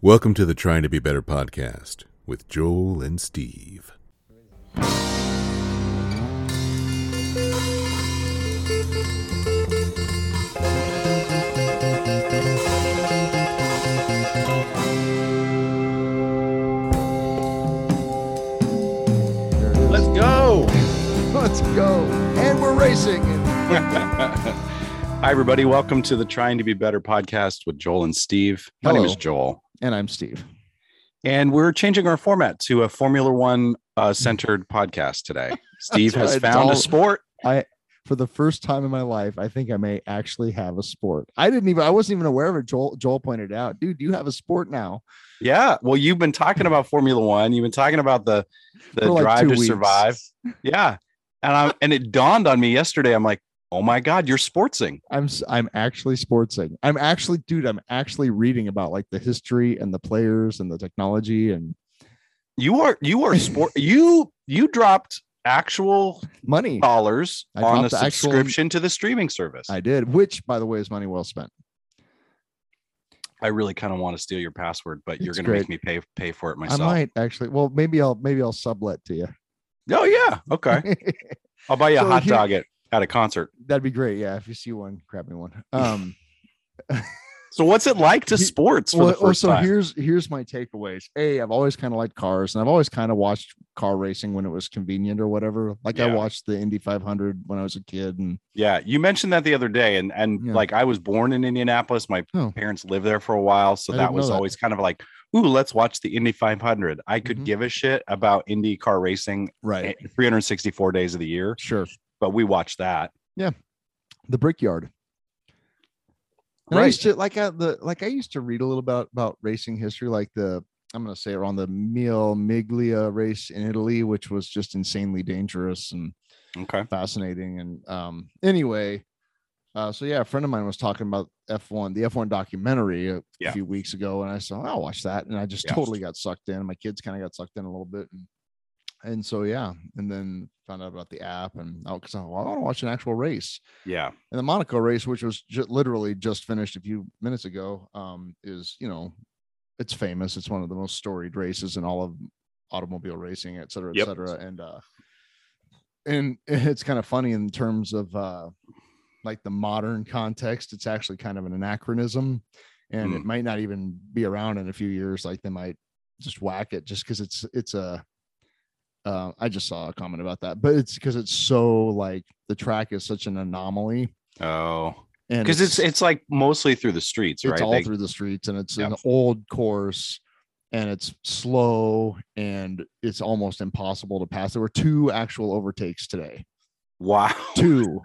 Welcome to the Trying to Be Better podcast with Joel and Steve. Let's go. Let's go. And we're racing. Hi, everybody. Welcome to the Trying to Be Better podcast with Joel and Steve. My name Hello. is Joel, And I'm Steve. and we're changing our format to a Formula One uh, centered podcast today. Steve That's has right. found a All- sport. For the first time in my life, I think I may actually have a sport. I didn't even I wasn't even aware of it. Joel Joel pointed out, dude, you have a sport now. Yeah. Well, you've been talking about Formula One. You've been talking about the the for like drive two to weeks. survive. Yeah. And I and it dawned on me yesterday. I'm like, oh my God, you're sportsing. I'm s- I'm actually sportsing. I'm actually, dude, I'm actually reading about like the history and the players and the technology and You are you are sport. you you dropped actual money. dollars I on a dropped the actual- subscription to the streaming service. I did, which by the way is money well spent. I really kind of want to steal your password, but you're It's going to make me pay pay for it I myself. might actually. Well, maybe I'll maybe I'll sublet to you. Oh yeah, okay. I'll buy you a So hot here- dog at, at a concert. That'd be great. Yeah. If you see one, grab me one. Um So what's it like to He- sports for well, the well, first so time? here's here's my takeaways. A, I've always kind of liked cars, and I've always kind of watched car racing when it was convenient or whatever. Like I Yeah. watched the Indy 500 when I was a kid, and yeah, you mentioned that the other day, and and Yeah. like I was born in Indianapolis. My Oh. parents lived there for a while, so I that didn't know was that. always kind of like, ooh, let's watch the Indy 500. I could Mhm. give a shit about Indy car racing eh, 364 days of the year, sure, but we watched that. the Brickyard. And I Right. used to like I, the like I used to read a little about about racing history, like the I'm going to say around the Mille Miglia race in Italy, which was just insanely dangerous and Okay. fascinating. And um, anyway, uh, so yeah, a friend of mine was talking about F1, the F1 documentary a Yeah. few weeks ago, and I said, I'll watch that. And I just Yeah. totally got sucked in. My kids kind of got sucked in a little bit. And, and so, yeah. And then found out about the app and oh, because I want to watch an actual race. Yeah. And the Monaco race, which was ju- literally just finished a few minutes ago, um, is, you know, it's famous. It's one of the most storied races in all of automobile racing, et cetera, et Yep. cetera. And, uh, and it's kind of funny in terms of uh, like the modern context. It's actually kind of an anachronism, and it might not even be around in a few years. Like they might just whack it just because it's it's a. Uh, I just saw a comment about that, but it's because it's so like the track is such an anomaly, Oh, and because it's it's like mostly through the streets, it's right? all They- through the streets and it's Yeah. an old course and it's slow and it's almost impossible to pass. There were two actual overtakes today. wow. Two.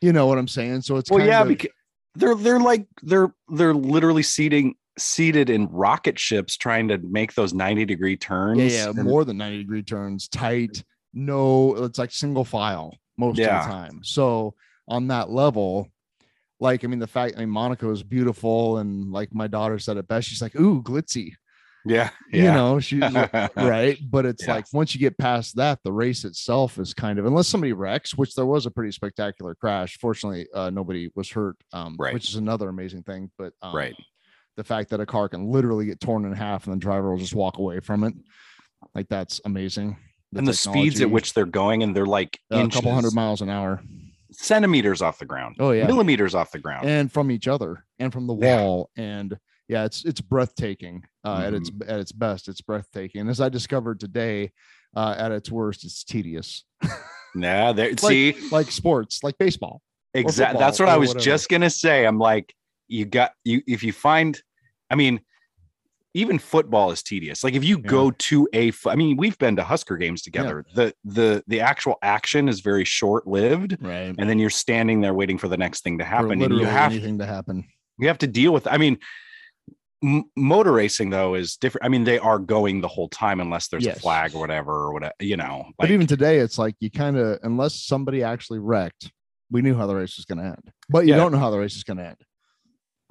You know what I'm saying? So it's Well, kind yeah, of- because they're they're like they're they're literally seating seated in rocket ships trying to make those 90 degree turns. yeah, yeah, And- more than 90 degree turns, tight. No, it's like single file most Yeah. of the time. So on that level, like I mean, the fact I mean Monaco is beautiful, and like my daughter said it best, she's like, "Ooh, glitzy," yeah, you yeah. know. She's like, right? But it's Yeah. like once you get past that, the race itself is kind of unless somebody wrecks, which there was a pretty spectacular crash. Fortunately, uh, nobody was hurt, um, Right. which is another amazing thing. But um, Right. the fact that a car can literally get torn in half and the driver will just walk away from it, like that's amazing. and the speeds at technology, which they're going, and they're like uh, a inches, couple hundred miles an hour. centimeters off the ground, Oh yeah, millimeters off the ground. and from each other and from the Yeah. wall and yeah it's it's breathtaking uh, at its Mm-hmm. at its best it's breathtaking as i discovered today uh, at its worst it's tedious yeah, there, like- see, like sports, like baseball. exactly. football That's what or I was whatever. just gonna say. I'm like, you got you if you find, I mean. Even football is tedious. Like if you Yeah. go to a, fo- I mean, we've been to Husker games together. The the the actual action is very short lived. Right. and then you're standing there waiting for the next thing to For happen and literally you have anything to happen. you have to deal with i mean m- motor racing though is different i mean they are going the whole time unless there's a Yes. flag or whatever or whatever you know But like, even today, it's like you kind of, unless somebody actually wrecked, we knew how the race was going to end. But you Yeah. don't know how the race is going to end.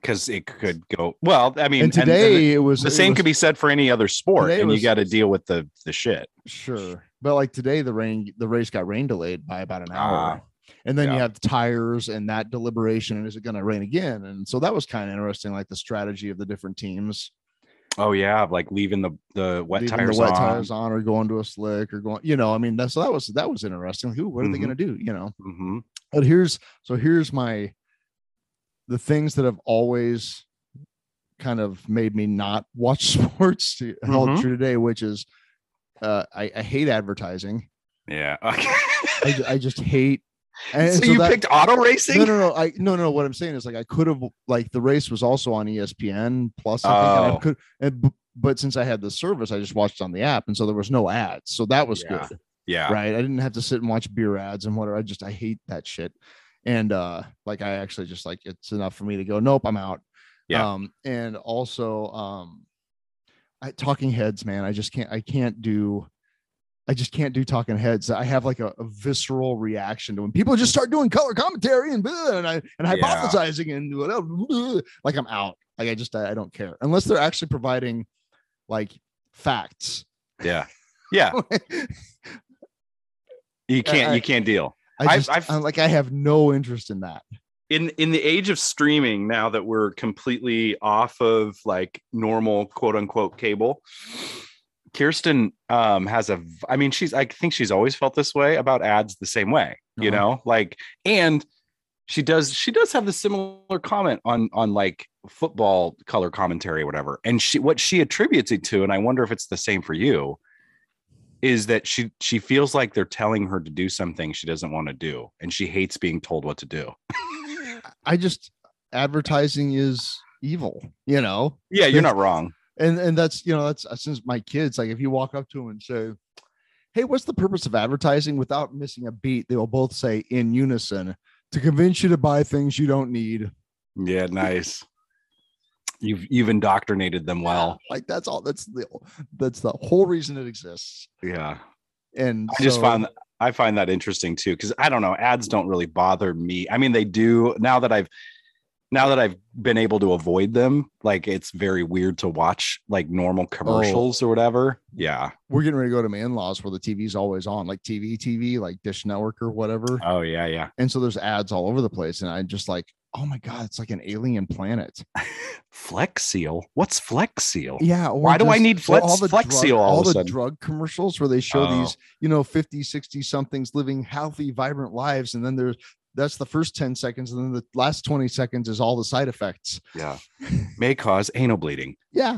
because it could go well i mean and- And and the- today it was the same could be said for any other sport today and you was- got to deal with the the shit sure, but like today the rain, the race got rain delayed by about an hour. and then you Ah, yeah. have the tires and that deliberation, and is it going to rain again? And so that was kind of interesting, like the strategy of the different teams. Oh yeah, like leaving the the wet leaving tires the wet on. tires on or going to a slick or going, you know, I mean, that's, so that was, that was interesting. Like, ooh, what are they Mhm. going to do? You know, hmm but here's, so here's my, the things that have always kind of made me not watch sports to- held Mhm. true today, which is, uh, I, I hate advertising. Yeah. Okay. I, ju- I just hate. And so, so you that- picked auto racing? No, no, no. I no, no. What I'm saying is like I could have like the race was also on E ESPN Plus. I think, and Oh. I could, and, b- but since I had the service, I just watched on the app, and so there was no ads. So that was Yeah. good, Yeah. right? I didn't have to sit and watch beer ads and whatever. I just I hate that shit, and uh, like I actually just like it's enough for me to go. Nope, I'm out. Yeah. Um, and also, um, I, talking heads, man. I just can't. I can't do. I just can't do talking heads. I have like a, a visceral reaction to when people just start doing color commentary and blah, and I and Yeah. hypothesizing and whatever. blah. like I'm out. Like I just I, I don't care unless they're actually providing like facts. Yeah. Yeah. You can't. I- You can't deal. I I've- just I've- I'm like I have no interest in that. in in the age of streaming now that we're completely off of like normal quote unquote cable kirsten um has a v- i mean she's i think she's always felt this way about ads the same way you Uh-huh. know like and she does she does have the similar comment on on like football color commentary or whatever and she what she attributes it to and i wonder if it's the same for you is that she she feels like they're telling her to do something she doesn't want to do and she hates being told what to do I just advertising is evil. You know, Yeah, you're It's- not wrong. and and that's you know that's uh, since my kids like if you walk up to them and say hey what's the purpose of advertising without missing a beat they will both say in unison to convince you to buy things you don't need Yeah, nice. You've you've indoctrinated them well. like that's all that's the that's the whole reason it exists Yeah. and I just so- found I find that interesting too cuz I don't know, ads don't really bother me. I mean, they do now that I've now that I've been able to avoid them, like it's very weird to watch like normal commercials or whatever. Yeah. we're getting ready to go to my in-laws where the tv's always on like tv tv like dish network or whatever Oh yeah, yeah. and so there's ads all over the place and i just like oh my god it's like an alien planet Flex Seal. What's Flex Seal? Yeah. or Why do I need or Flex- Flex drug- Seal all of a the sudden? drug commercials where they show Oh. these, you know, 50, 60 somethings living healthy, vibrant lives. And then there's, that's the first 10 seconds. And then the last 20 seconds is all the side effects. Yeah. May cause anal bleeding, Yeah.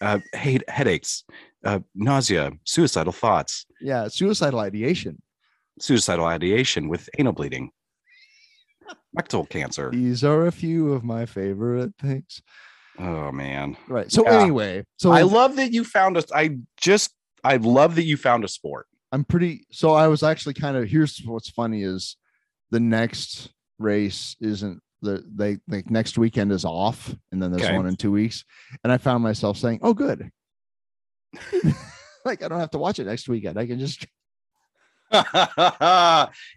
uh, hate headaches, uh, nausea, suicidal thoughts, Yeah. Suicidal ideation. suicidal ideation with anal bleeding, rectal cancer. These are a few of my favorite things. Oh man, Right. So, Yeah. anyway, so I I love that you found us. I just, I love that you found a sport. I'm pretty, so I was actually kind of, here's what's funny is the next race isn't. The, they like next weekend is off, and then there's Okay. one in two weeks. And I found myself saying, "Oh, good, like I don't have to watch it next weekend. I can just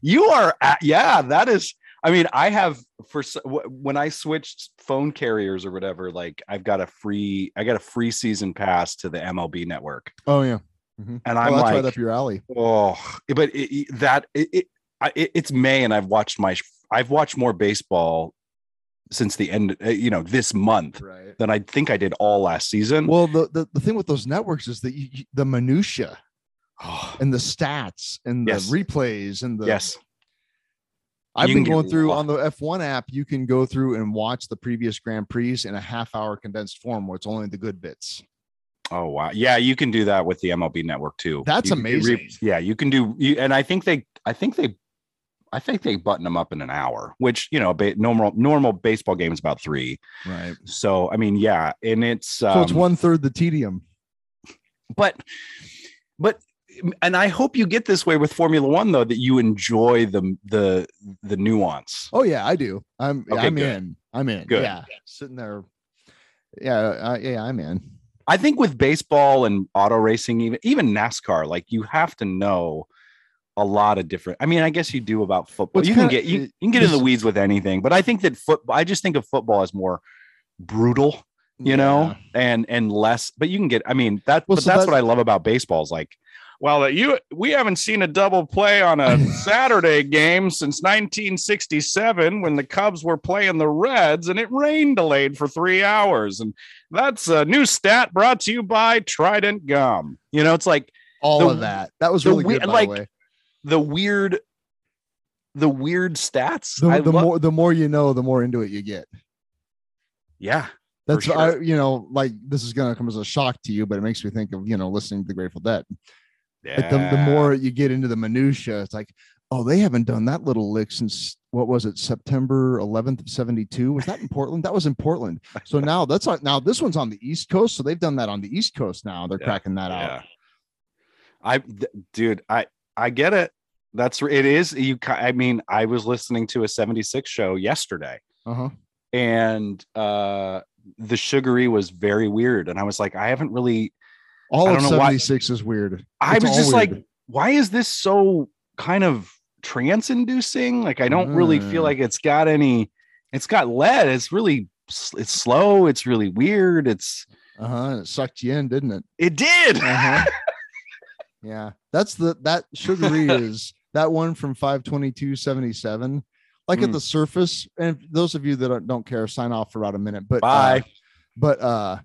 you are, a- yeah, that is. I mean, I have for s- wh- when I switched phone carriers or whatever. Like, I've got a free, I got a free season pass to the MLB network, oh yeah. and Oh, I'm that's like, right up your alley. Oh, but it, it- that it, it, I- it it's May, and I've watched my I've watched more baseball since the end. uh, You know, this month Right. than I think I did all last season. Well, the, the, the thing with those networks is that you, you- the minutia Oh, and the stats and the Yes. replays and the yes, I've You been can get going through lost. on the F1 app. You can go through and watch the previous Grand Prix in a half hour condensed form where it's only the good bits. oh wow, yeah, you can do that with the MLB Network too. That's You can do re- amazing. yeah, you can do. You, and I think they, I think they, I think they button them up in an hour, which you know, ba- normal normal baseball game is about three. Right. So I mean, yeah, and it's um, So it's one third the tedium. but but and I hope you get this way with Formula One though that you enjoy the the the nuance. Oh yeah, I do. I'm Okay, I'm good. in. I'm in. Good. Yeah. Sitting there. Yeah. Uh, yeah. I'm in. I think with baseball and auto racing, even even NASCAR, like you have to know a lot of different. I mean, I guess you do about football. What's you can kinda- get you, you can get in the this- weeds with anything, but I think that football. I just think of football as more brutal, you know, and and less. But you can get. I mean, that. Well, but so that's that's- what I love about baseball is like. Well, you we haven't seen a double play on a Saturday game since 1967 when the Cubs were playing the Reds and it rain delayed for three hours. And that's a new stat brought to you by Trident Gum. You know, it's like all The- of that. That was the really we- good, by like, the way. the weird, the weird stats. I The, the love- more the more you know, the more into it you get. yeah, That's sure. I, you know, like this is gonna come as a shock to you, but it makes me think of you know listening to the Grateful Dead. yeah. Like, the, the more you get into the minutia, it's like, oh, they haven't done that little lick since what was it, September 11th of 72? Was that in Portland? That was in Portland. So now that's on, now this one's on the East Coast, so they've done that on the East Coast now. They're Yeah, cracking that out. Yeah. I, th- dude, I, I get it. That's it is you. ki- I mean, I was listening to a 76 show yesterday Uh-huh. and, uh, the sugary was very weird. And I was like, I haven't really, All I of don't know why- 76 is weird. I It's was all just like, weird. why is this so kind of trance inducing? Like, I don't really feel Mm. like it's got any, it's got lead. It's really, s- it's slow. It's really weird. It's, uh-huh. and It sucked you in, didn't it? it did. Uh-huh. yeah. That's the that sugary is that one from 52277. Like at Mm. the surface, and those of you that don't- don't care, sign off for about a minute. But Bye. uh, but uh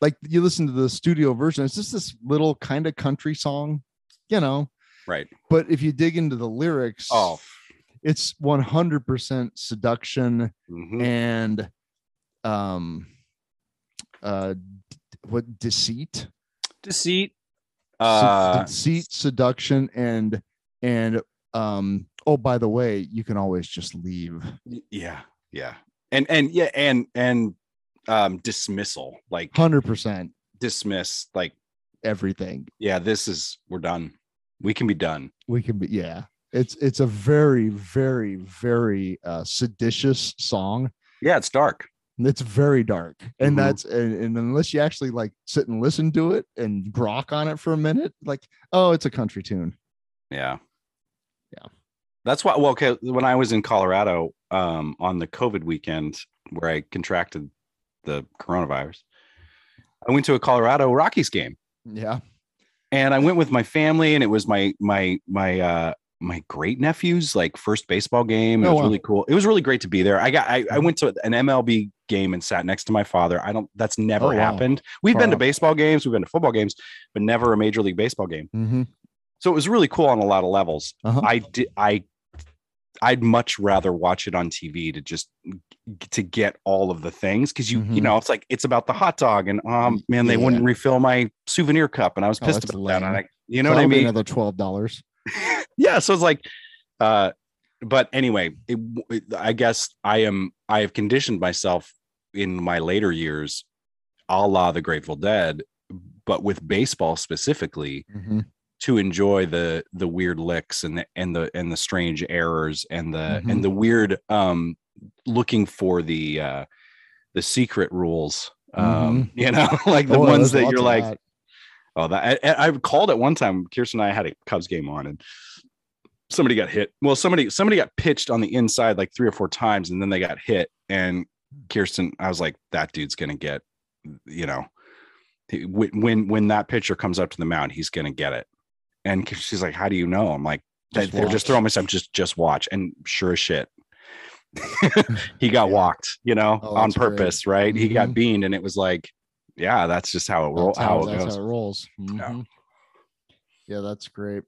like you listen to the studio version, it's just this little kind of country song, you know. Right. But if you dig into the lyrics, Oh, it's 100% seduction mhm. and um uh d- what deceit deceit. Se- Uh, deceit seduction and and um oh by the way you can always just leave Y- yeah yeah and and yeah and and um dismissal like 100% dismiss like everything yeah this is we're done we can be done we can be yeah it's it's a very very very uh seditious song yeah it's dark and it's very dark and Mhm. that's and, and unless you actually like sit and listen to it and grok on it for a minute like oh it's a country tune yeah Yeah. that's why well okay when i was in colorado um on the covid weekend where i contracted the coronavirus i went to a colorado rockies game yeah and I went with my family, and it was my my my uh my great nephew's like first baseball game. It was Oh, wow. Mm-hmm. really cool. It was really great to be there. I got I, I went to an MLB game and sat next to my father. I don't that's never Oh, wow. happened. We've been to Wow. baseball games, we've been to football games, but never a major league baseball game. mm-hmm. So it was really cool on a lot of levels. uh-huh. I did I I'd much rather watch it on TV to just to get all of the things because you you Mhm. know it's like it's about the hot dog and um man they Yeah. wouldn't refill my souvenir cup and I was Oh, pissed that's about that and lame. I, you know So what I that'll be mean Another twelve dollars. yeah so it's like uh but anyway it, it- i guess i am i have conditioned myself in my later years a la the grateful dead but with baseball specifically Mm-hmm. to enjoy the the weird licks and the and the and the strange errors and the Mhm. and the weird um looking for the uh the secret rules um you know like Oh, the ones that you're like Oh, that I, I I called at one time. Kirsten and I had a Cubs game on, and somebody got hit. Well, somebody somebody got pitched on the inside like three or four times, and then they got hit. And Kirsten, I was like, that dude's gonna get, you know, he- when when when that pitcher comes up to the mound, he's gonna get it. And she's like, how do you know? I'm like, Just they're watch. just throwing myself. Just just watch, and sure as shit, he got Yeah. walked. You know, Oh, on that's great. purpose, right? He got Mhm. beaned, and it was like, yeah, that's just how it roll, that's how, how, it that's goes. how it rolls. Mhm. Yeah, that's great.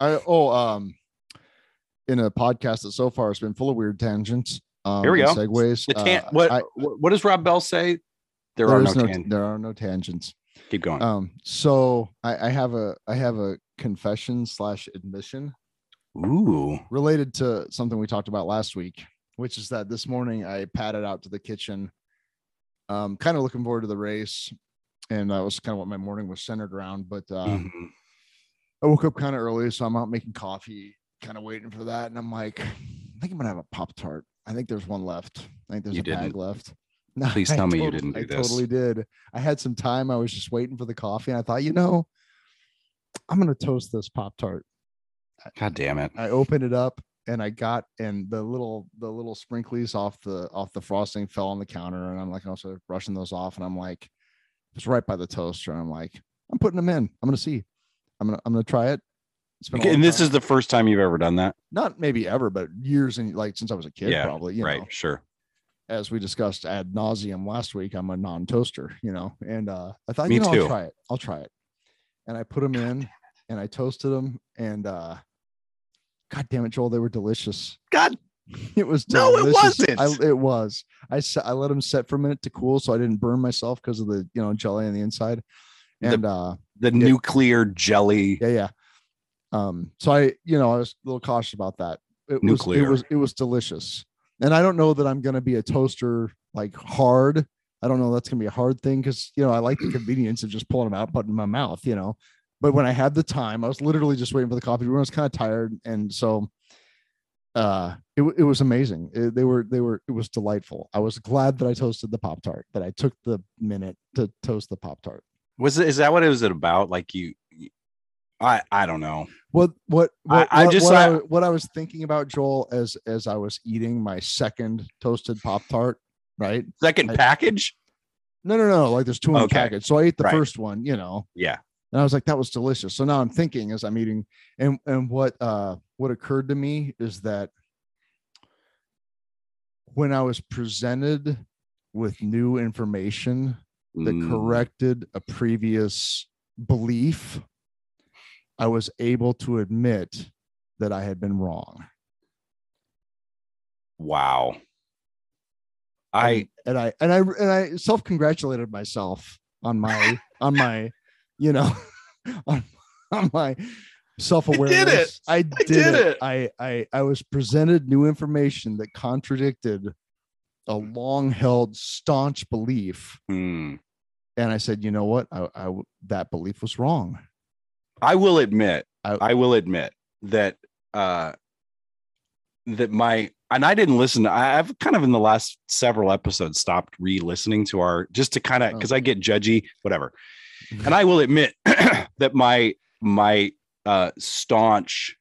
I oh um, in a podcast that so far has been full of weird tangents. Um, Here we and go. Segues. The tan- Uh, what, I- what what does Rob Bell say? There, are no, is tan- there are no tangents. Keep going. Um, so I, I have a I have a confession slash admission Ooh. related to something we talked about last week, which is that this morning I padded out to the kitchen, um, kind of looking forward to the race, and that was kind of what my morning was centered around. But uh, Mhm. I woke up kind of early, so I'm out making coffee, kind of waiting for that, and I'm like, I think I'm gonna have a pop tart. I think there's one left. I think there's You a bag didn't. left. No, Please I tell me you totally- didn't do I this. totally did. I had some time. I was just waiting for the coffee, and I thought, you know, I'm gonna toast this pop tart. God damn it. I opened it up and I got and the little the little sprinklies off the off the frosting fell on the counter and I'm like also brushing those off and I'm like it was right by the toaster and I'm like I'm putting them in. I'm gonna see. I'm gonna I'm gonna try it. It's been a long And this time. is the first time you've ever done that, not maybe ever, but years and like since I was a kid, Yeah, probably you right? know. Sure. as we discussed ad nauseum last week, I'm a non-toaster, you know. And uh, I thought, Me you know, too. I'll try it. I'll try it. And I put them in, and I toasted them, and uh, God damn it, Joel, they were delicious. God, It was No, it delicious. wasn't. I, it was. I se- I let them set for a minute to cool, so I didn't burn myself because of the you know jelly on the inside. The- And uh, the nuclear jelly. yeah, yeah. Um, so I you know I was a little cautious about that. It Nuclear. was it was it was delicious, and I don't know that I'm gonna be a toaster like hard. I don't know that's gonna be a hard thing because you know I like the convenience of just pulling them out, putting 'em in my mouth, you know. But when I had the time, I was literally just waiting for the coffee. to brew. I was kind of tired, and so uh it, wa- it was amazing It- they were they were it was delightful i was glad that i toasted the pop tart that i took the minute to toast the pop tart Was it, is that what it was about? Like you, I I don't know. what what I- what I what- just- what I, I- wa- what I was thinking about joel as as i was eating my second toasted pop tart right Second I- package. no no no like there's two in the Okay. package so i ate the Right. first one you know Yeah. And I was like, that was delicious. So now I'm thinking as I'm eating, and and what uh what occurred to me is that when I was presented with new information that Mm. corrected a previous belief, I was able to admit that I had been wrong. Wow. I and I and I and I self congratulated myself on my on my you know on, on my self awareness. I did, did it. it. I I I was presented new information that contradicted a long held staunch belief, Hmm. and I said, you know what, I, I w- that belief was wrong. I will admit, I, I- will admit that uh that my and I didn't listen. I, I've kind of in the last several episodes stopped re-listening to our just to kind of Oh. because I get judgy, whatever. Mm-hmm. And I will admit that my my uh staunch,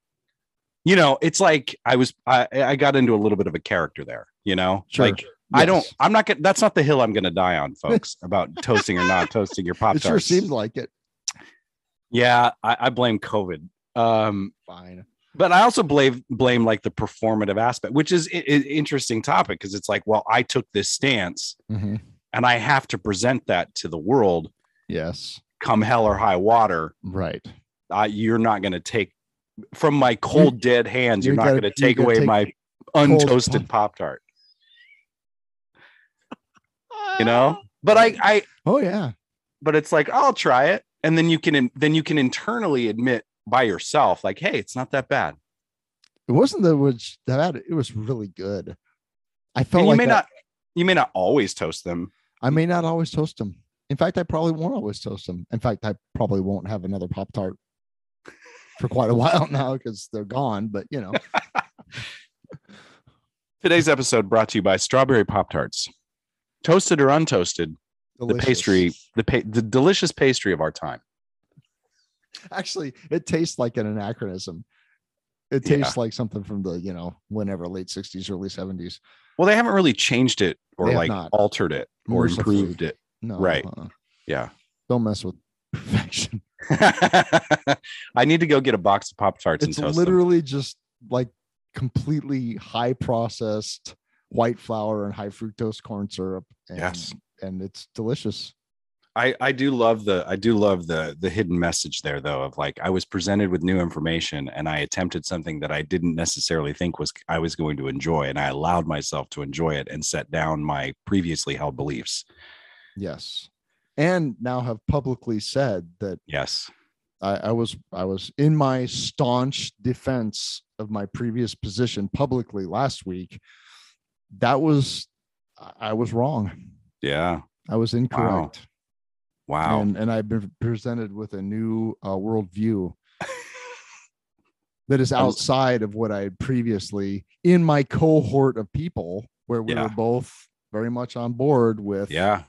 you know, it's like I was I I got into a little bit of a character there, you know, Sure. like I don't Yes. I'm not gonna that's not the hill I'm gonna die on, folks, about toasting or not toasting your pop It sure tarts. seemed like it. yeah, I, I blame COVID. Um Fine. but I also blame blame like the performative aspect, which is an interesting topic because it's like, well, I took this stance Mhm. and I have to present that to the world, Yes. come hell or high water. Right. I, you're not going to take from my cold dead hands. You're, you not gotta- going to you take gotta away take my cold untoasted pop tart. You know, but I, I, Oh yeah. but it's like I'll try it, and then you can then you can internally admit by yourself, like, hey, it's not that bad. It wasn't that it was that bad, it was really good. I felt And you like may that- not, you may not always toast them. I may not always toast them. In fact, I probably won't always toast them. In fact, I probably won't have another Pop Tart for quite a while now because they're gone. But you know, Today's episode brought to you by Strawberry Pop Tarts. Toasted or untoasted, the delicious. pastry, the pa- the delicious pastry of our time. Actually, it tastes like an anachronism. It Yeah. tastes like something from the you know whenever late sixties, early seventies. Well, they haven't really changed it or They have like not. altered it or Mercifully. improved it. No, Right. uh-uh. Yeah. Don't mess with perfection. I need to go get a box of Pop Tarts and It's toast literally just like completely high processed white flour and high fructose corn syrup. And, Yes. and it's delicious. them. I, I do love the I do love the the hidden message there though of like I was presented with new information and I attempted something that I didn't necessarily think was I was going to enjoy and I allowed myself to enjoy it and set down my previously held beliefs. Yes. And now have publicly said that Yes. I, I was I was in my staunch defense of my previous position publicly last week. That was I- I was wrong. Yeah. I was incorrect. Wow. And and I've been presented with a new uh, worldview that is I'm- outside of what I had previously in my cohort of people where we Yeah. were both very much on board with yeah.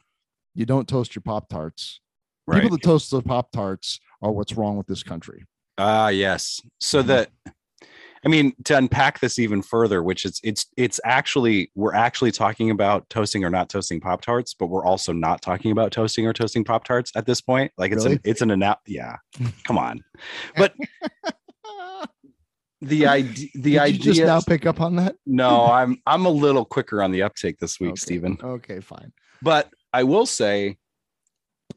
you don't toast your pop tarts. Right. People that toast the Pop Tarts are what's wrong with this country. Ah, yes. So Mhm. that I mean to unpack this even further, which is it's it's actually we're actually talking about toasting or not toasting pop tarts, but we're also not talking about toasting or toasting pop tarts at this point. Like it's Really? an it's an ana- yeah. Come on. But the idea Ah, the Did you idea just now pick up on that? no i'm i'm a little quicker on the uptake this week Okay. stephen Okay, fine. but i will say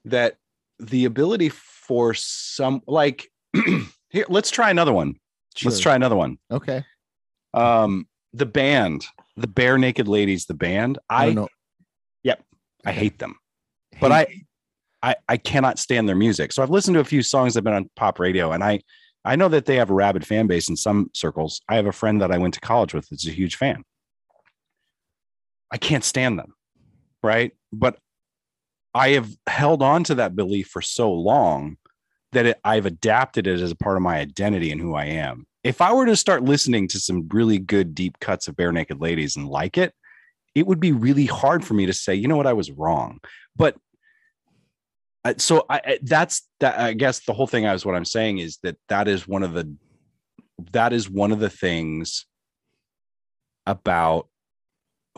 that the ability for some like here let's try another one let's Sure. try another one Okay. um the band the bare naked ladies the band I i don't know. I hate them but Hate- I, I I cannot stand their music. So I've listened to a few songs that have been on pop radio, and I I know that they have a rabid fan base in some circles. I have a friend that I went to college with that's a huge fan. I can't stand them, right? But I have held on to that belief for so long that it, I've adapted it as a part of my identity and who I am. If I were to start listening to some really good deep cuts of Bare Naked Ladies and like it, it would be really hard for me to say, you know what, I was wrong. But I- so I, I that's that I guess the whole thing I was what I'm saying is that that is one of the that is one of the things about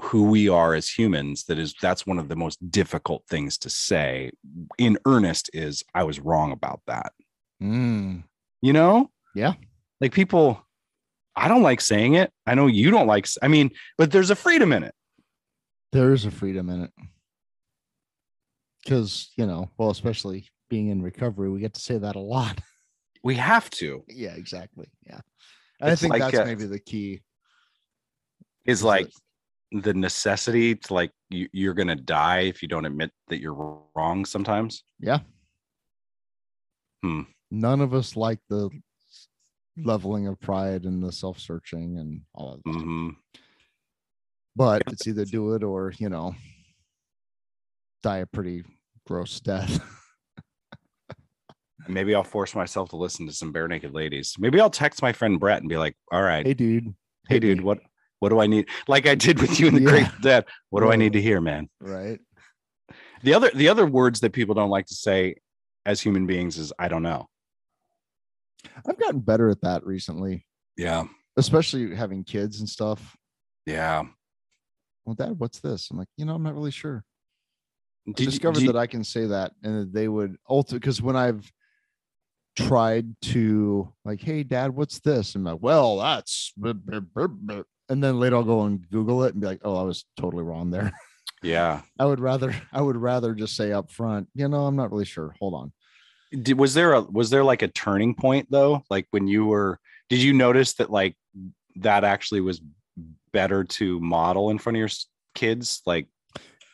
who we are as humans that is that's one of the most difficult things to say in earnest is I was wrong about that Mm, you know Yeah. like people i don't like saying it i know you don't like s- i mean but there's a freedom in it there is a freedom in it. Because, you know, well, especially being in recovery, we get to say that a lot. we have to yeah, exactly. Yeah. And I It's think like, that's uh, maybe the key. is Is like the necessity to like you, you're gonna die if you don't admit that you're wrong sometimes None of us like the leveling of pride and the self searching and all of that. hmm But it's either do it or, you know, die a pretty gross death. maybe i'll force myself to listen to some bare naked ladies maybe i'll text my friend brett and be like all right hey, hey, dude. hit dude me. what what do i need like i did with you in the Yeah. great dad what do i need Right. to hear man Right. the other the other words that people don't like to say as human beings is i don't know I've gotten better at that recently, yeah especially having kids and stuff. yeah Well, dad, what's this? I'm like, you know, I'm not really sure. Did you- discovered do you- that I can say that and that they would ultimately because when I've tried to like, hey dad, what's this? And like, well, that's blah, blah, blah, blah," and then later I'll go and Google it and be like, oh, I was totally wrong there. yeah. I would rather I would rather just say up front, you know, I'm not really sure. Hold on. Did, was there a was there like a turning point though? Like when you were did you notice that like that actually was better to model in front of your s- kids like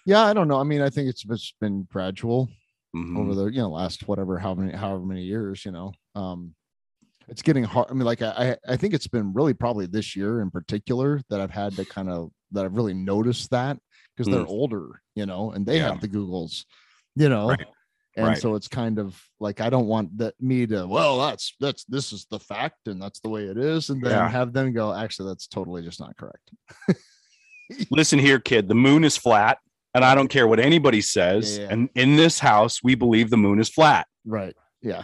Yeah, I don't know. I mean, I think it's it's been gradual mhm. over the you know last whatever how many however many years, you know. Um it's getting hard. I mean, like I I I think it's been really probably this year in particular that I've had to kind of that I've really noticed that because they're Mm. older, you know, and they Yeah. have the Googles, you know. Right. And Right. so it's kind of like I don't want that me to, well, that's that's this is the fact and that's the way it is, and then Yeah. have them go, actually, that's totally just not correct. Listen here kid, the moon is flat and I don't care what anybody says Yeah, yeah. and in this house we believe the moon is flat. Right. Yeah.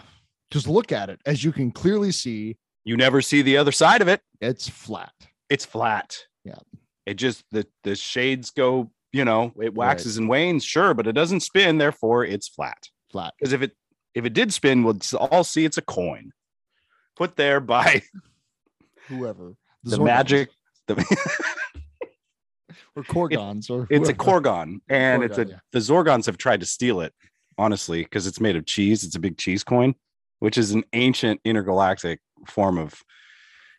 Just look at it. As you can clearly see, You never see the other side of it. it's flat. It's flat. Yeah. It just the the shades go, you know, it Right. waxes and wanes, sure, but it doesn't spin, therefore it's flat. Flat. because if it if it did spin, we'll s- all see it's a coin put there by Whoever. the Zorgons magic. The, or Korgons or it's a whoever. Korgon, and it's a Korgon, yeah. the Zorgons have tried to steal it, honestly, because it's made of cheese. It's a big cheese coin, which is an ancient intergalactic form of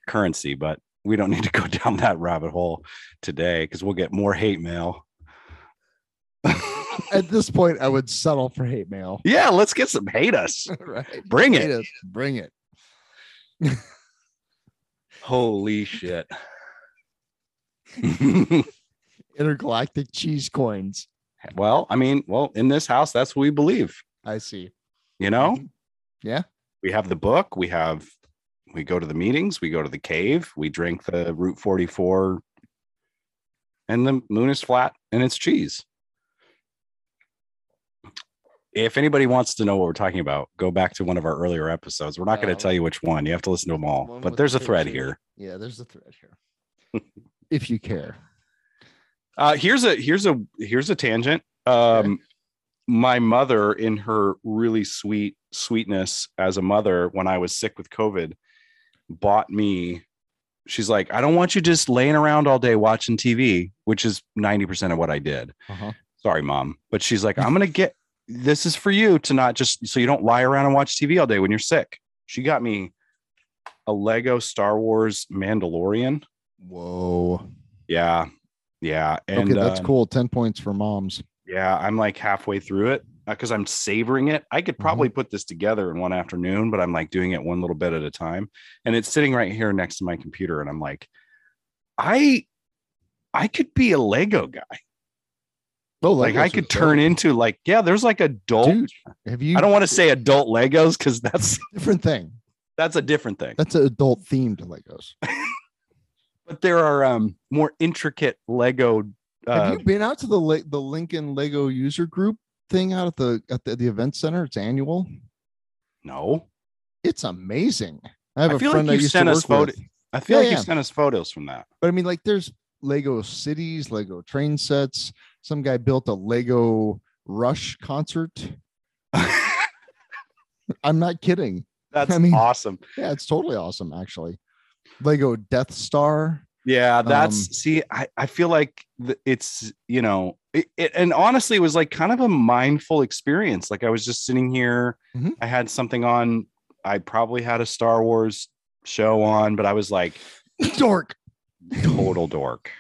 currency. But we don't need to go down that rabbit hole today because we'll get more hate mail. At this point, I would settle for hate mail. yeah, let's get some hate us. right. Bring Hate it. us, Bring it. Holy shit. Intergalactic cheese coins. Well, I mean, well, in this house, that's what we believe. I see. You know, Mhm. Yeah. we have the book, we have, we go to the meetings, we go to the cave, we drink the Route 44, and the moon is flat and it's cheese. If anybody wants to know what we're talking about, go back to one of our earlier episodes. We're not going Um, to tell you which one. You have to listen to them all, One but with there's a the thread picture. here. Yeah, there's a thread here. if you care. Uh, here's a here's a here's a tangent. Um, My mother, in her really sweet sweetness as a mother, when I was sick with COVID, bought me she's like, I don't want you just laying around all day watching TV, which is 90% of what I did. Uh-huh. Sorry, mom. But she's like, I'm going to get this is for you to not just so you don't lie around and watch TV all day when you're sick. She got me a Lego Star Wars Mandalorian. Whoa. Yeah. Yeah. And okay, that's um, cool. 10 points for moms. Yeah. I'm like halfway through it because I'm savoring it. I could probably Mm-hmm. put this together in one afternoon, but I'm like doing it one little bit at a time. And it's sitting right here next to my computer. And I'm like, I I could be a Lego guy. Oh, like I could turn into like, yeah, there's like adult. Dude, have you? I don't want to say adult Legos because that's different thing. that's a different thing. That's an adult themed Legos. But there are um more intricate Lego uh, have you been out to the Le- the Lincoln Lego user group thing out at the at the, the event center? It's annual. no. It's amazing. I have I a feel like friend I you've used sent to us work photo- with. I feel Yeah, like yeah. you sent us photos from that. But I mean, like, there's Lego cities, Lego train sets. Some guy built a Lego Rush concert. I'm not kidding. That's I mean- awesome. Yeah, it's totally awesome, actually. Lego Death Star. Yeah, that's Um, see, I, I feel like th- it's you know, it, it, and honestly, it was like kind of a mindful experience. Like I was just sitting here, Mhm. I had something on, I probably had a Star Wars show on, but I was like Dork. total dork.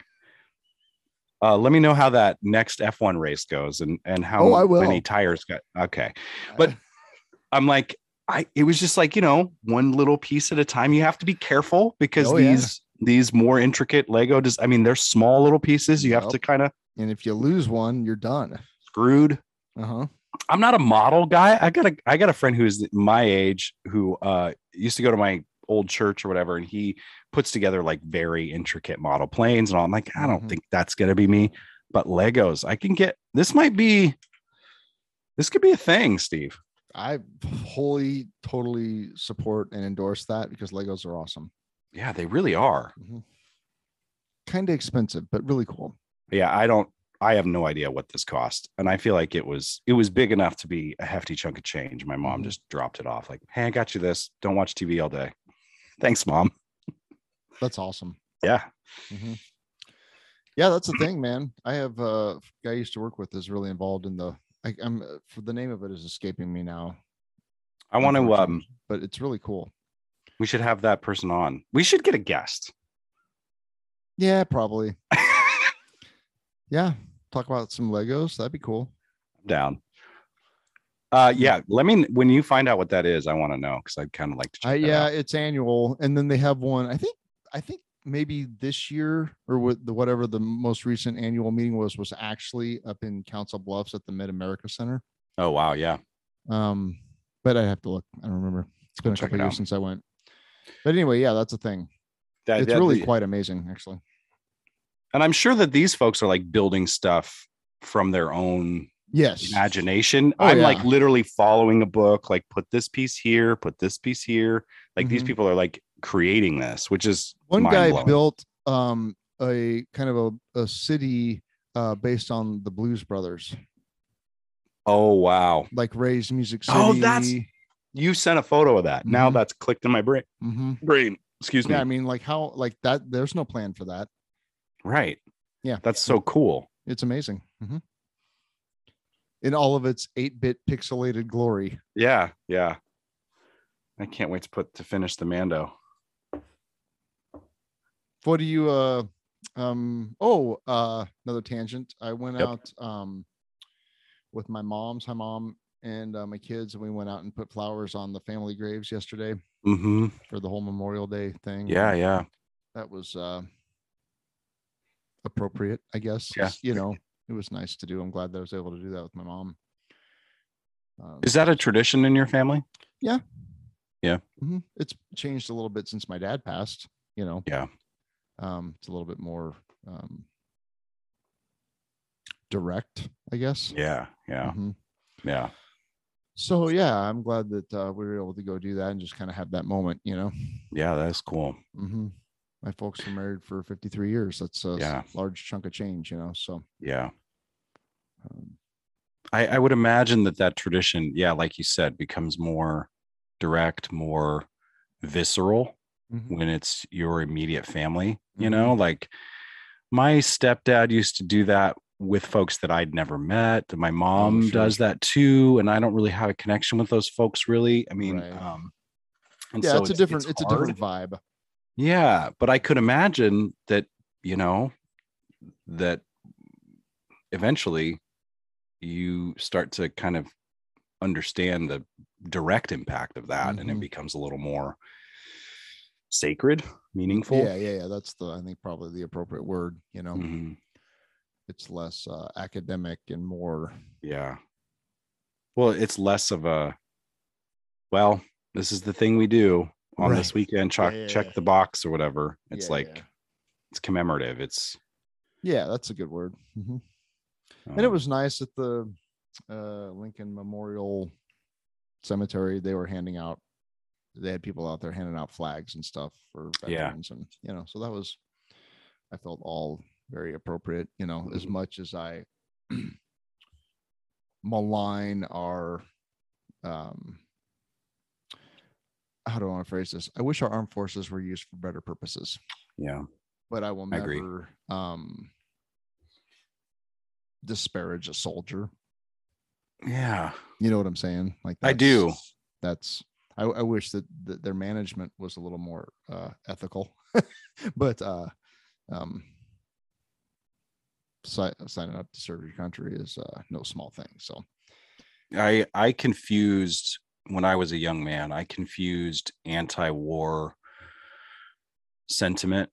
Uh, let me know how that next F1 race goes and and how Oh, I will. many tires got okay. But I'm like, I it was just like, you know, one little piece at a time. You have to be careful because Oh, yeah. these these more intricate Lego does I mean they're small little pieces. You have Yep. to kind of and if you lose one, you're done. screwed. Uh Uh-huh. huh. I'm not a model guy. I got a I got a friend who is my age who uh used to go to my old church or whatever, and he puts together like very intricate model planes and all. I'm like, I don't Mhm. think that's gonna be me. But Legos, I can get this might be this could be a thing, Steve. I wholly, totally support and endorse that because Legos are awesome. Yeah, they really are. Kind of expensive, but really cool. yeah i don't i have no idea what this cost and i feel like it was it was big enough to be a hefty chunk of change my mom Mhm. just dropped it off like hey i got you this don't watch tv all day thanks mom That's awesome. yeah Mhm. Yeah, that's the thing, man. I have a guy I used to work with is really involved in the. I, I'm uh, for the name of it is escaping me now, i want to um Unfortunately. but it's really cool. we should have that person on we should get a guest Yeah, probably. I'm Yeah, talk about some Legos. That'd be cool. down uh yeah let me when you find out what that is i want to know because i'd kind of like to check I, that yeah, out. it's annual, and then they have one. I think I think maybe this year or what the whatever the most recent annual meeting was was actually up in Council Bluffs at the Mid America Center. oh wow yeah Um, but I have to look. I don't remember. It's been a Check couple it years out. since I went. But anyway, yeah, that's a thing. that, It's that- really quite amazing, actually. and i'm sure that these folks are like building stuff from their own Yes. imagination. Oh, I'm yeah. like literally following a book, like put this piece here, put this piece here. Like these Mhm. people are like creating this, which is One guy mind-blowing. built um a kind of a, a city uh based on the Blues Brothers, Oh wow. like Ray's Music City. Oh, that's- You sent a photo of that. Now Mhm. that's clicked in my brain. hmm Brain. Excuse me. Yeah, I mean, like how like that. There's no plan for that. Right. Yeah. That's so cool. It's amazing. Mhm. In all of its 8-bit pixelated glory. Yeah. Yeah. I can't wait to put to finish the Mando. What do you uh um oh uh another tangent. I went Yep. out um with my mom's hi mom and uh, my kids and we went out and put flowers on the family graves yesterday Mm-hmm. for the whole Memorial Day thing. Yeah. Yeah. That was uh appropriate, I guess. Yeah. You know, it was nice to do. I'm glad that I was able to do that with my mom. Um, Is that a tradition in your family? Mhm. It's changed a little bit since my dad passed, you know. Yeah. Um, it's a little bit more um, direct, I guess. Yeah. Yeah. Mhm. Yeah. So, yeah, I'm glad that uh, we were able to go do that and just kind of have that moment, you know. Yeah. That's cool. hmm My folks were married for 53 years. That's a s- Yeah. large chunk of change, you know. So, Yeah. um, I, I would imagine that that tradition, yeah, like you said, becomes more direct, more visceral Mhm. when it's your immediate family you Mhm. know like my stepdad used to do that with folks that i'd never met my mom Oh, sure. does that too and i don't really have a connection with those folks really i mean Right. um and Yeah, so it's a different it's, a hard. different vibe. Yeah, but I could imagine that, you know, that eventually you start to kind of understand the direct impact of that and it Mhm. becomes a little more sacred, meaningful. Yeah, yeah, yeah. That's the I think probably the appropriate word, you know. Mhm. It's less uh, academic and more Yeah. Well, it's less of a well, this is the thing we do on this Right. weekend, check yeah, check yeah. the box or whatever. It's yeah, like yeah. it's commemorative. It's Yeah, that's a good word. Mhm. And it um, was nice at the uh, Lincoln Memorial Cemetery. They were handing out, they had people out there handing out flags and stuff for Yeah. veterans, and you know, so that was, I felt all very appropriate. You know, as Mhm. much as I malign our, um, how do I want to phrase this? I wish our armed forces were used for better purposes yeah. but I will I agree. never um disparage a soldier. Yeah. You know what I'm saying? Like I do. that's- That's I, I wish that, that their management was a little more uh ethical. but uh um si- signing up to serve your country is uh no small thing. So I I confused when I was a young man. I confused anti-war sentiment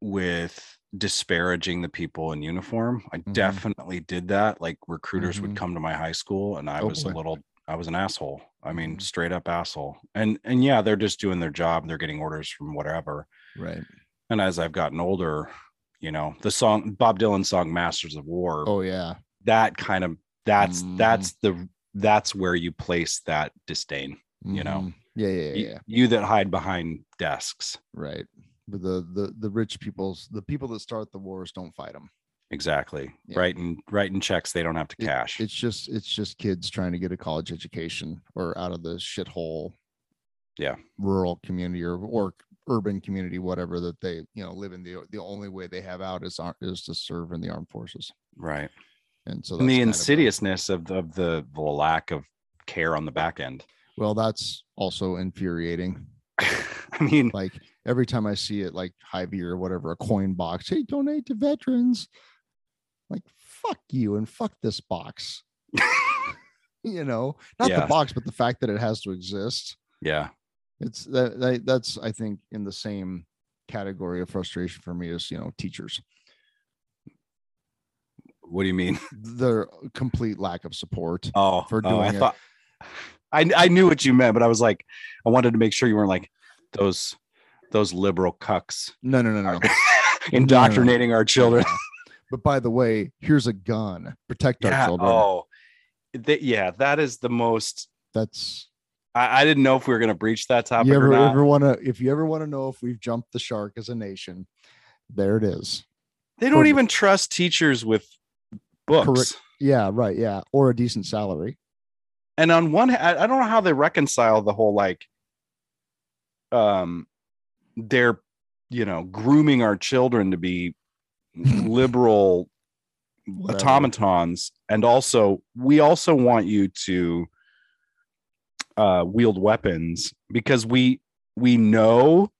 with disparaging the people in uniform. I Mhm. definitely did that. Like recruiters would Mhm. come to my high school and I Oh, was a boy. little I was an asshole. I mean, Mhm. straight up asshole. And and yeah, they're just doing their job. They're getting orders from whatever. right. And as I've gotten older, you know, the song Bob Dylan song Masters of War Oh yeah. that kind of that's Mhm. that's the that's where you place that disdain You know, Mhm. Yeah, yeah, Y- yeah. yeah. you that hide behind desks Right. But the the the rich people's the people that start the wars don't fight them. exactly Yeah. writing writing checks they don't have to cash it's just it's just kids trying to get a college education or out of the shithole Yeah. rural community or or urban community whatever that they you know live in the the only way they have out is ar- is to serve in the armed forces right and so and the kind of a- insidiousness of, the, of the the lack of care on the back end well that's also infuriating i mean like every time i see it like Hy-Vee or whatever a coin box hey donate to veterans like fuck you and fuck this box you know not Yeah. the box but the fact that it has to exist yeah it's that, that that's i think in the same category of frustration for me as you know teachers what do you mean their complete lack of support oh, For oh i doing it. thought I, I knew what you meant but i was like i wanted to make sure you weren't like those those liberal cucks no no no no indoctrinating our children Yeah. but by the way here's a gun protect our children Oh, Th- yeah, that is the most. that's I, I didn't know if we were going to breach that topic you ever, or not. ever want to if you ever want to know if we've jumped the shark as a nation there it is they don't Correct. even trust teachers with books. yeah right yeah or a decent salary And on one, ha- I I don't know how they reconcile the whole like, um, they're you know grooming our children to be liberal Whatever. automatons, and also we also want you to uh, wield weapons because we we know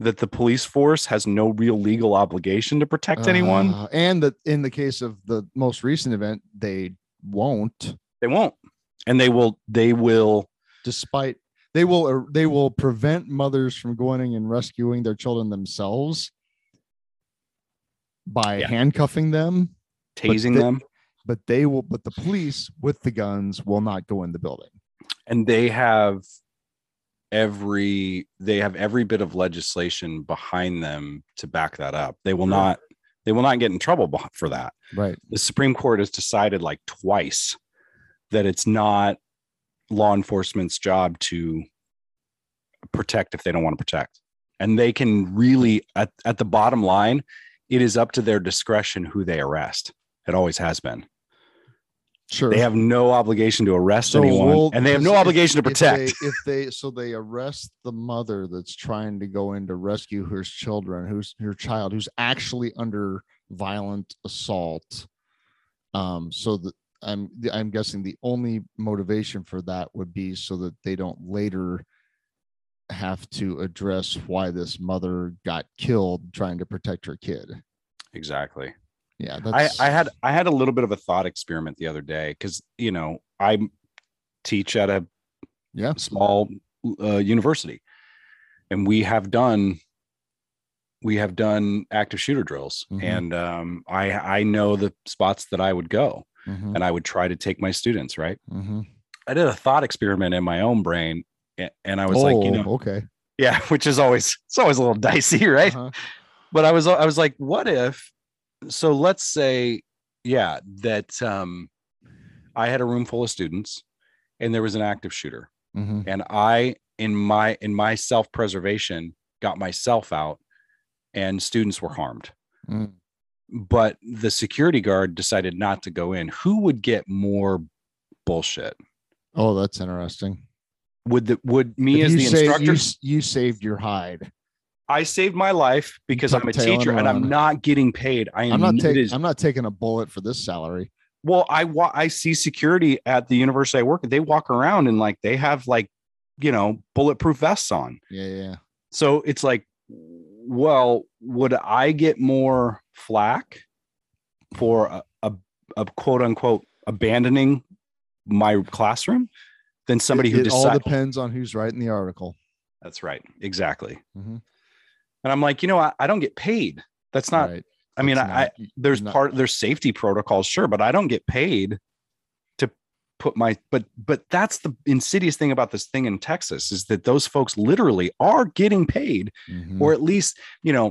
that the police force has no real legal obligation to protect anyone. Uh, and that in the case of the most recent event they won't They won't, and they will. They will. despite they will er- they will prevent mothers from going and rescuing their children themselves by Yeah. handcuffing them Tasing they- them, but they will but the police with the guns will not go in the building and they have every they have every bit of legislation behind them to back that up. They will Sure. not. They will not get in trouble beh- for that. right the Supreme Court has decided like twice that it's not law enforcement's job to protect if they don't want to protect. And they can really, at, at the bottom line, it is up to their discretion who they arrest. It always has been. Sure. They have no obligation to arrest So anyone, we'll- and they have no if- obligation to if they- protect. If they, so they arrest the mother that's trying to go in to rescue her children, who's her child, who's actually under violent assault. Um, so that I'm I'm guessing the only motivation for that would be so that they don't later have to address why this mother got killed trying to protect her kid. exactly. Yeah, I, that's I had I had a little bit of a thought experiment the other day because you know I teach at a yeah. small uh, university, and we have done we have done active shooter drills, Mhm. and um, I I know the spots that I would go, Mhm, and I would try to take my students right. mhm. I did a thought experiment in my own brain, a- and I was like, you Oh, know, okay. yeah, which is always it's always a little dicey, right? Uh-huh. but I was I was like, what if? So let's say, yeah, that um, I had a room full of students, and there was an active shooter, Mhm. and I in my in my self preservation got myself out, and students were harmed. Mm. But the security guard decided not to go in. Who would get more bullshit? Oh, that's interesting. Would the would me If as you the say- instructor? you, s- you saved your hide. I saved my life because I'm a Tucktail and teacher and I'm run. not getting paid. I am I'm not it taking. is I'm not taking a bullet for this salary. well i wa- i see security at the university i work at they walk around and like they have like you know bulletproof vests on Yeah, yeah. so it's like well would i get more flack for a, a, a quote unquote abandoning my classroom than somebody it, who it all decides depends on who's writing the article. that's right exactly Mhm. and i'm like you know i, I don't get paid that's not Right. i mean It's I, I not- there's not- part there's safety protocols sure but i don't get paid to put my but but that's the insidious thing about this thing in texas is that those folks literally are getting paid Mhm. or at least you know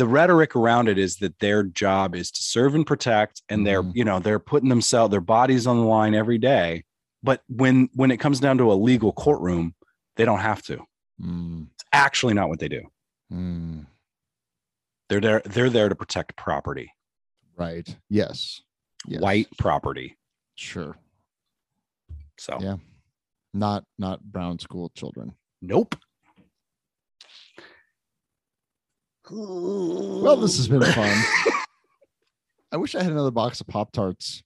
the rhetoric around it is that their job is to serve and protect and they're Mhm. you know they're putting themselves their bodies on the line every day but when when it comes down to a legal courtroom they don't have to it's Mm, actually not what they do mm. they're there they're there to protect property Right. Yes. Yes. white property Sure. so Yeah. Not not brown school children. Nope. Well, this has been fun. I wish I had another box of Pop Tarts.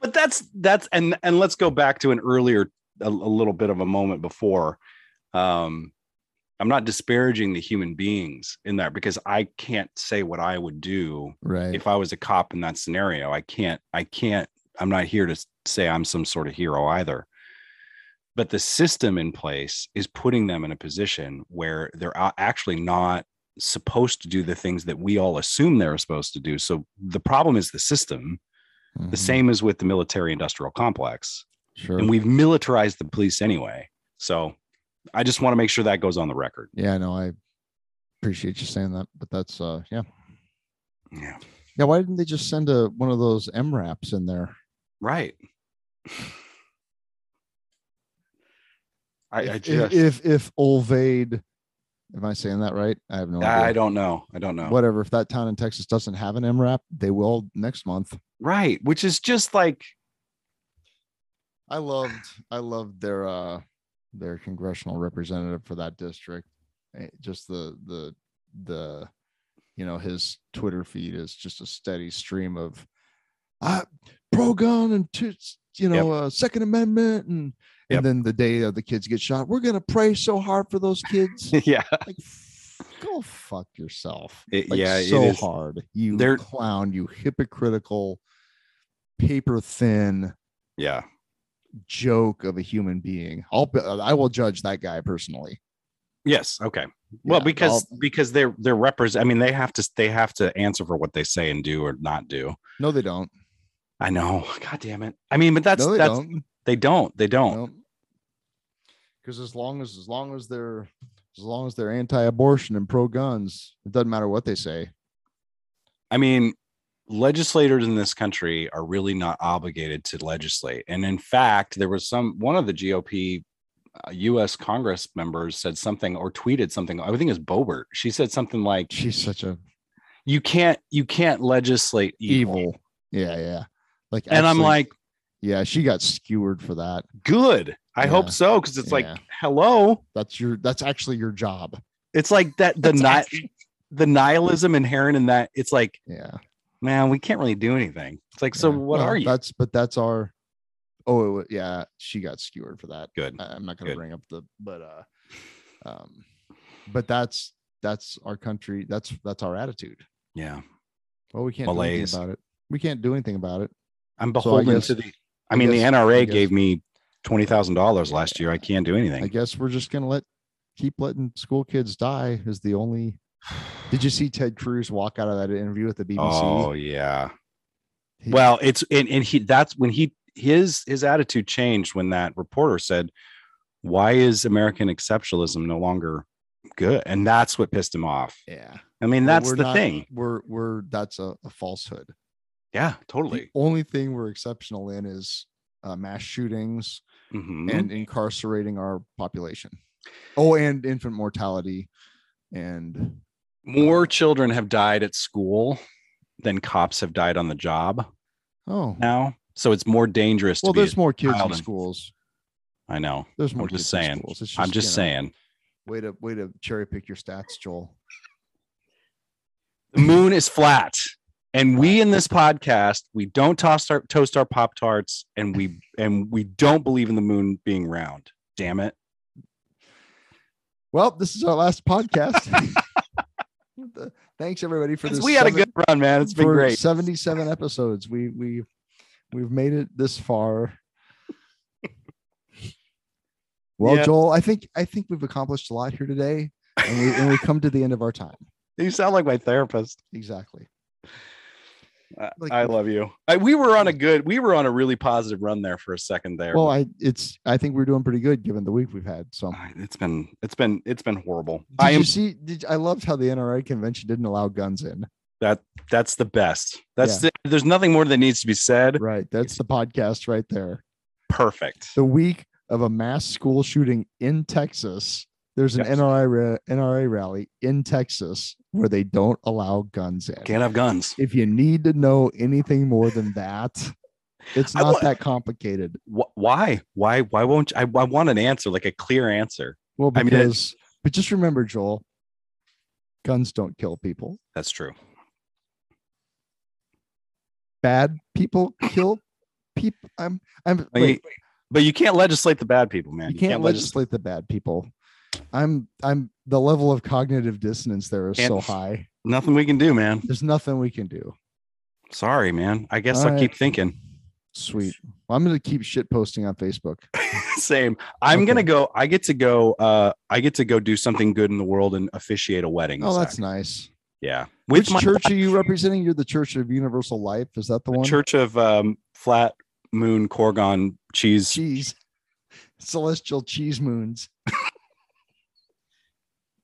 But that's that's and and let's go back to an earlier a, a little bit of a moment before. Um I'm not disparaging the human beings in there because I can't say what I would do Right. if I was a cop in that scenario. I can't I can't I'm not here to s- say I'm some sort of hero either. But the system in place is putting them in a position where they're a- actually not supposed to do the things that we all assume they're supposed to do. So the problem is the system. The Mhm. same as with the military industrial complex. Sure. And we've militarized the police anyway. So I just want to make sure that goes on the record. yeah. No, I appreciate you saying that, but that's uh, yeah. Yeah. Yeah, why didn't they just send a one of those M wraps in there? Right. I, I if, just if if Olvade, am I saying that right? I have no I idea. don't know. I don't know. Whatever. If that town in Texas doesn't have an M wrap, they will next month. Right. Which is just like I loved I loved their uh their congressional representative for that district. Eh, Just the the the you know his Twitter feed is just a steady stream of uh, pro gun and two you know uh, Second Amendment and Yep. and then the day of the kids get shot, we're gonna pray so hard for those kids. yeah. like f- go fuck yourself. It- Like, yeah, it so is. hard. You They're- clown. You hypocritical, paper thin Yeah. joke of a human being. I'll be- uh, I will judge that guy personally. Yes. Okay. Well, Yeah, because I'll- because they're they're represent I mean, they have to they have to answer for what they say and do or not do. no, they don't. I know. God damn it. I mean, but that's no, they that's don't. they don't. They don't. Because as long as as long as they're as long as they're anti-abortion and pro-guns, it doesn't matter what they say. I mean, legislators in this country are really not obligated to legislate. And in fact, there was some one of the GOP uh, US Congress members said something or tweeted something. I think it was Bobert. She said something like She's such a you can't you can't legislate evil. evil. Yeah, yeah. Like, And I'm actually- like Yeah, she got skewered for that. Good. I hope Yeah. so because it's like Yeah. hello. That's your that's actually your job. It's like that the That's not actually- the nihilism inherent in that. It's like yeah. man, we can't really do anything. It's like so yeah. what Well, are you? That's but that's our oh it wa- yeah, she got skewered for that. Good. I- I'm not going to Good. bring up the but uh um but that's that's our country. That's that's our attitude. Yeah, Well, we can't do Malaise. anything about it. We can't do anything about it. I'm So I beholden guess- to the. I, I mean, guess- the I NRA guess- gave me twenty thousand dollars last year. I can't do anything. I guess we're just going to let keep letting school kids die is the only Did you see Ted Cruz walk out of that interview at the BBC? Oh yeah. He- Well, it's and, and he that's when he his his attitude changed when that reporter said, "Why is American exceptionalism no longer good?" And that's what pissed him off. yeah. I mean, Well, that's we're the not- thing. We're we're that's a, a falsehood. Yeah, The totally. only thing we're exceptional in is uh, mass shootings Mhm. and incarcerating our population. Oh, and infant mortality. And More children have died at school than cops have died on the job oh, now. So it's more dangerous. well, to there's be, more kids child in and- schools. I know. There's more I'm just kids in saying. schools. It's I'm just you know, saying. Way to way to cherry pick your stats, Joel. the moon is flat and we in this podcast we don't toss our toast our pop tarts and we and we don't believe in the moon being round damn it Well, this is our last podcast. The- Thanks everybody for this. we had a seven- good run man it's been for great 77 episodes. We we we've made it this far. Well, Yeah. Joel, I think I think we've accomplished a lot here today, and we and we come to the end of our time. you sound like my therapist Exactly. I- Like- i love you I, we were on a good we were on a really positive run there for a second there Well, I it's I think we're doing pretty good given the week we've had. So did I- ah, it's been it's been it's been horrible i am you see? Did, I loved how the NRA convention didn't allow guns in. that's the best that's the, there's nothing more that needs to be said Right, that's the podcast right there. perfect The week of a mass school shooting in Texas. There's an Yes. NRA ra- NRA rally in Texas where they don't allow guns in. can't have guns if you need to know anything more than that, it's I not wa- that complicated. Wh- why why why won't you, I, I want an answer like a clear answer Well, I mean, because it- but just remember, Joel, guns don't kill people. that's true Bad people kill people. I'm I'm But wait, you, but you can't legislate the bad people, man. you can't legislate the bad people. I'm I'm the level of cognitive dissonance there is so Can't- high. nothing we can do, man. There's nothing we can do. Sorry, man. I guess All I'll right. keep thinking. Sweet. Well, I'm gonna keep shit posting on Facebook. Same. I'm gonna Okay. go. I get to go. Uh, I get to go do something good in the world and officiate a wedding. Oh, this that's Saturday. nice. yeah. Which With my church are you representing? You're the Church of Universal Life. Is that the the one? Church of um, Flat Moon Corgon Cheese. cheese, celestial cheese moons.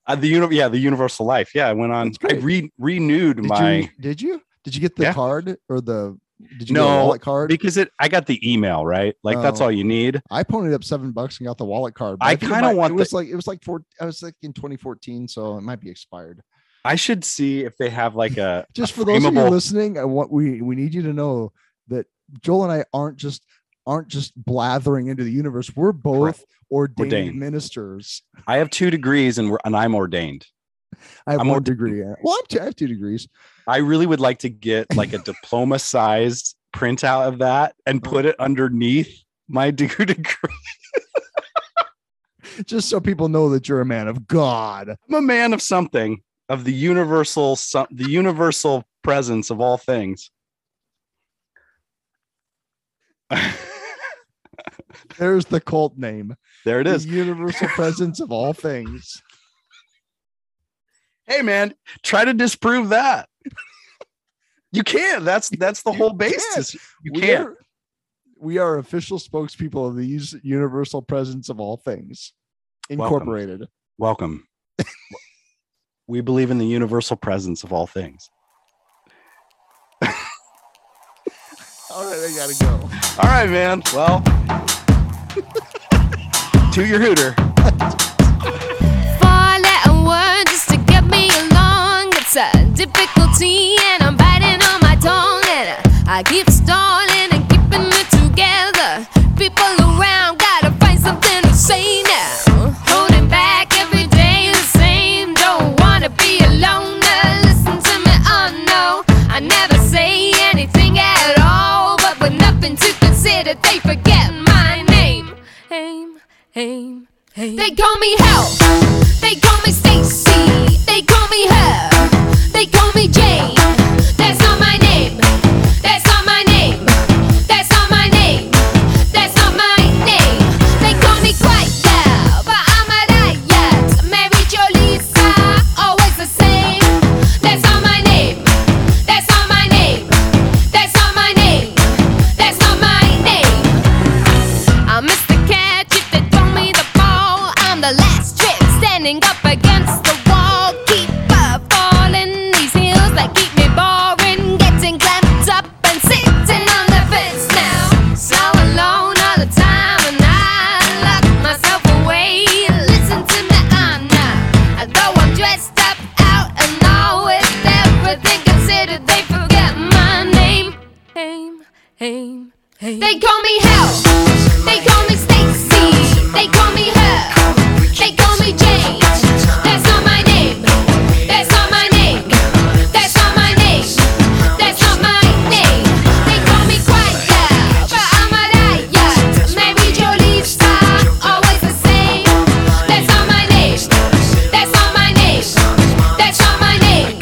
Uh, the uni- yeah, the Universal Life. Yeah, I went on. That's I great. re- renewed Did my you? Did you? Did you get the Yeah. card or the? Did you get No, a wallet card? because it. I got the email right. Like that's Oh. all you need. I ponied up seven bucks and got the wallet card. but I think it kinda might- want It the- was like it was like four. I was like in 2014, so it might be expired. I should see if they have like a Just a for those of you frameable- listening, I want we we need you to know that Joel and I aren't just aren't just blathering into the universe. We're both ordained, Ordained. ministers. I have two degrees and we're, and I'm ordained. I have I'm one ordained. degree. in it. Well, I'm two, I have two degrees. I really would like to get like a diploma sized printout of that Oh. and put it underneath my degree. degree. Just so people know that you're a man of God. I'm a man of something of the universal some, the universal presence of all things. There's the cult name. there it the is. universal presence of all things. Mm-hmm. Hey man, try to disprove that. You can't. That's that's the You whole can't. basis. You We can't. are- we are official spokespeople of the us- universal presence of all things, Welcome. incorporated. Welcome. we believe in the universal presence of all things. All right, I gotta go. All right, man. Well, to your hooter. Four letter word just to get me along. It's a difficulty, and I'm biting on my tongue. And I keep stalling and keeping it together. oh They call me Hell. They call me Stacy. They call me her. They call me Jane. That's not my name. That's not my name. That's not my name. That's not my name. They call me Quiet, but I'm a riot. Mary Jo Lisa, always the same. That's not my name. That's not my name. That's not my name. That's not my name. I'm Mr. Catch if they throw me the ball. I'm the last trick standing up against the wall. Keep up falling these heels that keep me boring. Getting clamped up and sitting on the fence now. So alone all the time, and I lock myself away. Listen to me, I'm not. Although I'm dressed up out and all with everything considered, they forget my name. Name, name, name. They call me Hell. They call me Stacy. They call me her. They call me Jane. That's not my name. That's not my name. That's not my name. That's not my name. They call me Quiet, but I'm a liar. Mary Jo Lisa, always the same. That's not my name. That's not my name. That's not my name.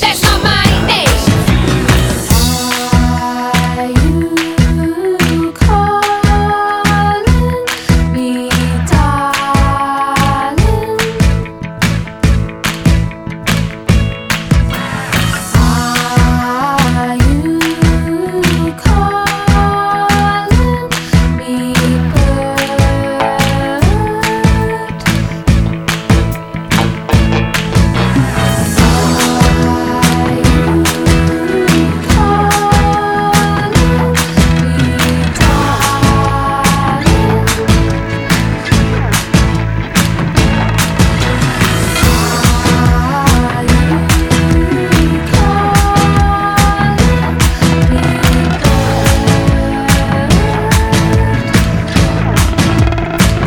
That's not my name. Are you calling me, darling? Are you calling me, bird?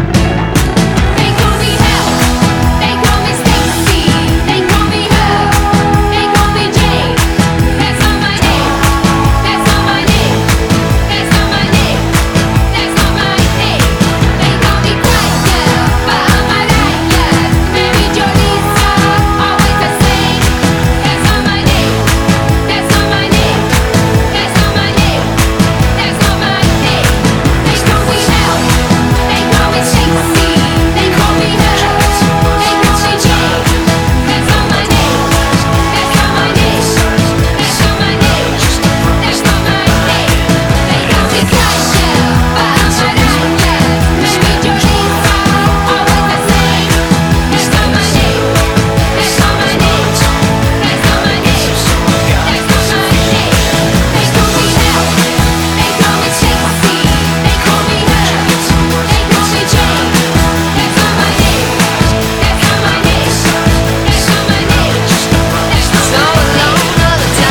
They call me Hell. They call me Stacy. They call me her. They call me Jane. That's not my name. That's not my name. That's not my name. That's not my name. They call me Quiet, but I'm a liar. Mary Jo Lisa, always the same. That's not my name. That's not my name. That's not my name. That's not my name. They call me Hell. They call me Stacy. They call me her. They call me Jane. That's not my name. That's not my name. That's not my name. That's not my name. They call me Gotcha, but I'm not out Mary Jo Lisa, always the same. That's not my name. That's not my name. That's not my name. That's not my name. They call me Hell. They call me Stacy. They call me her. They call me Jane. That's not my name. That's not my name. That's not my name. That's not my name.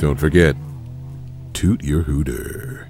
Don't forget, toot your hooter.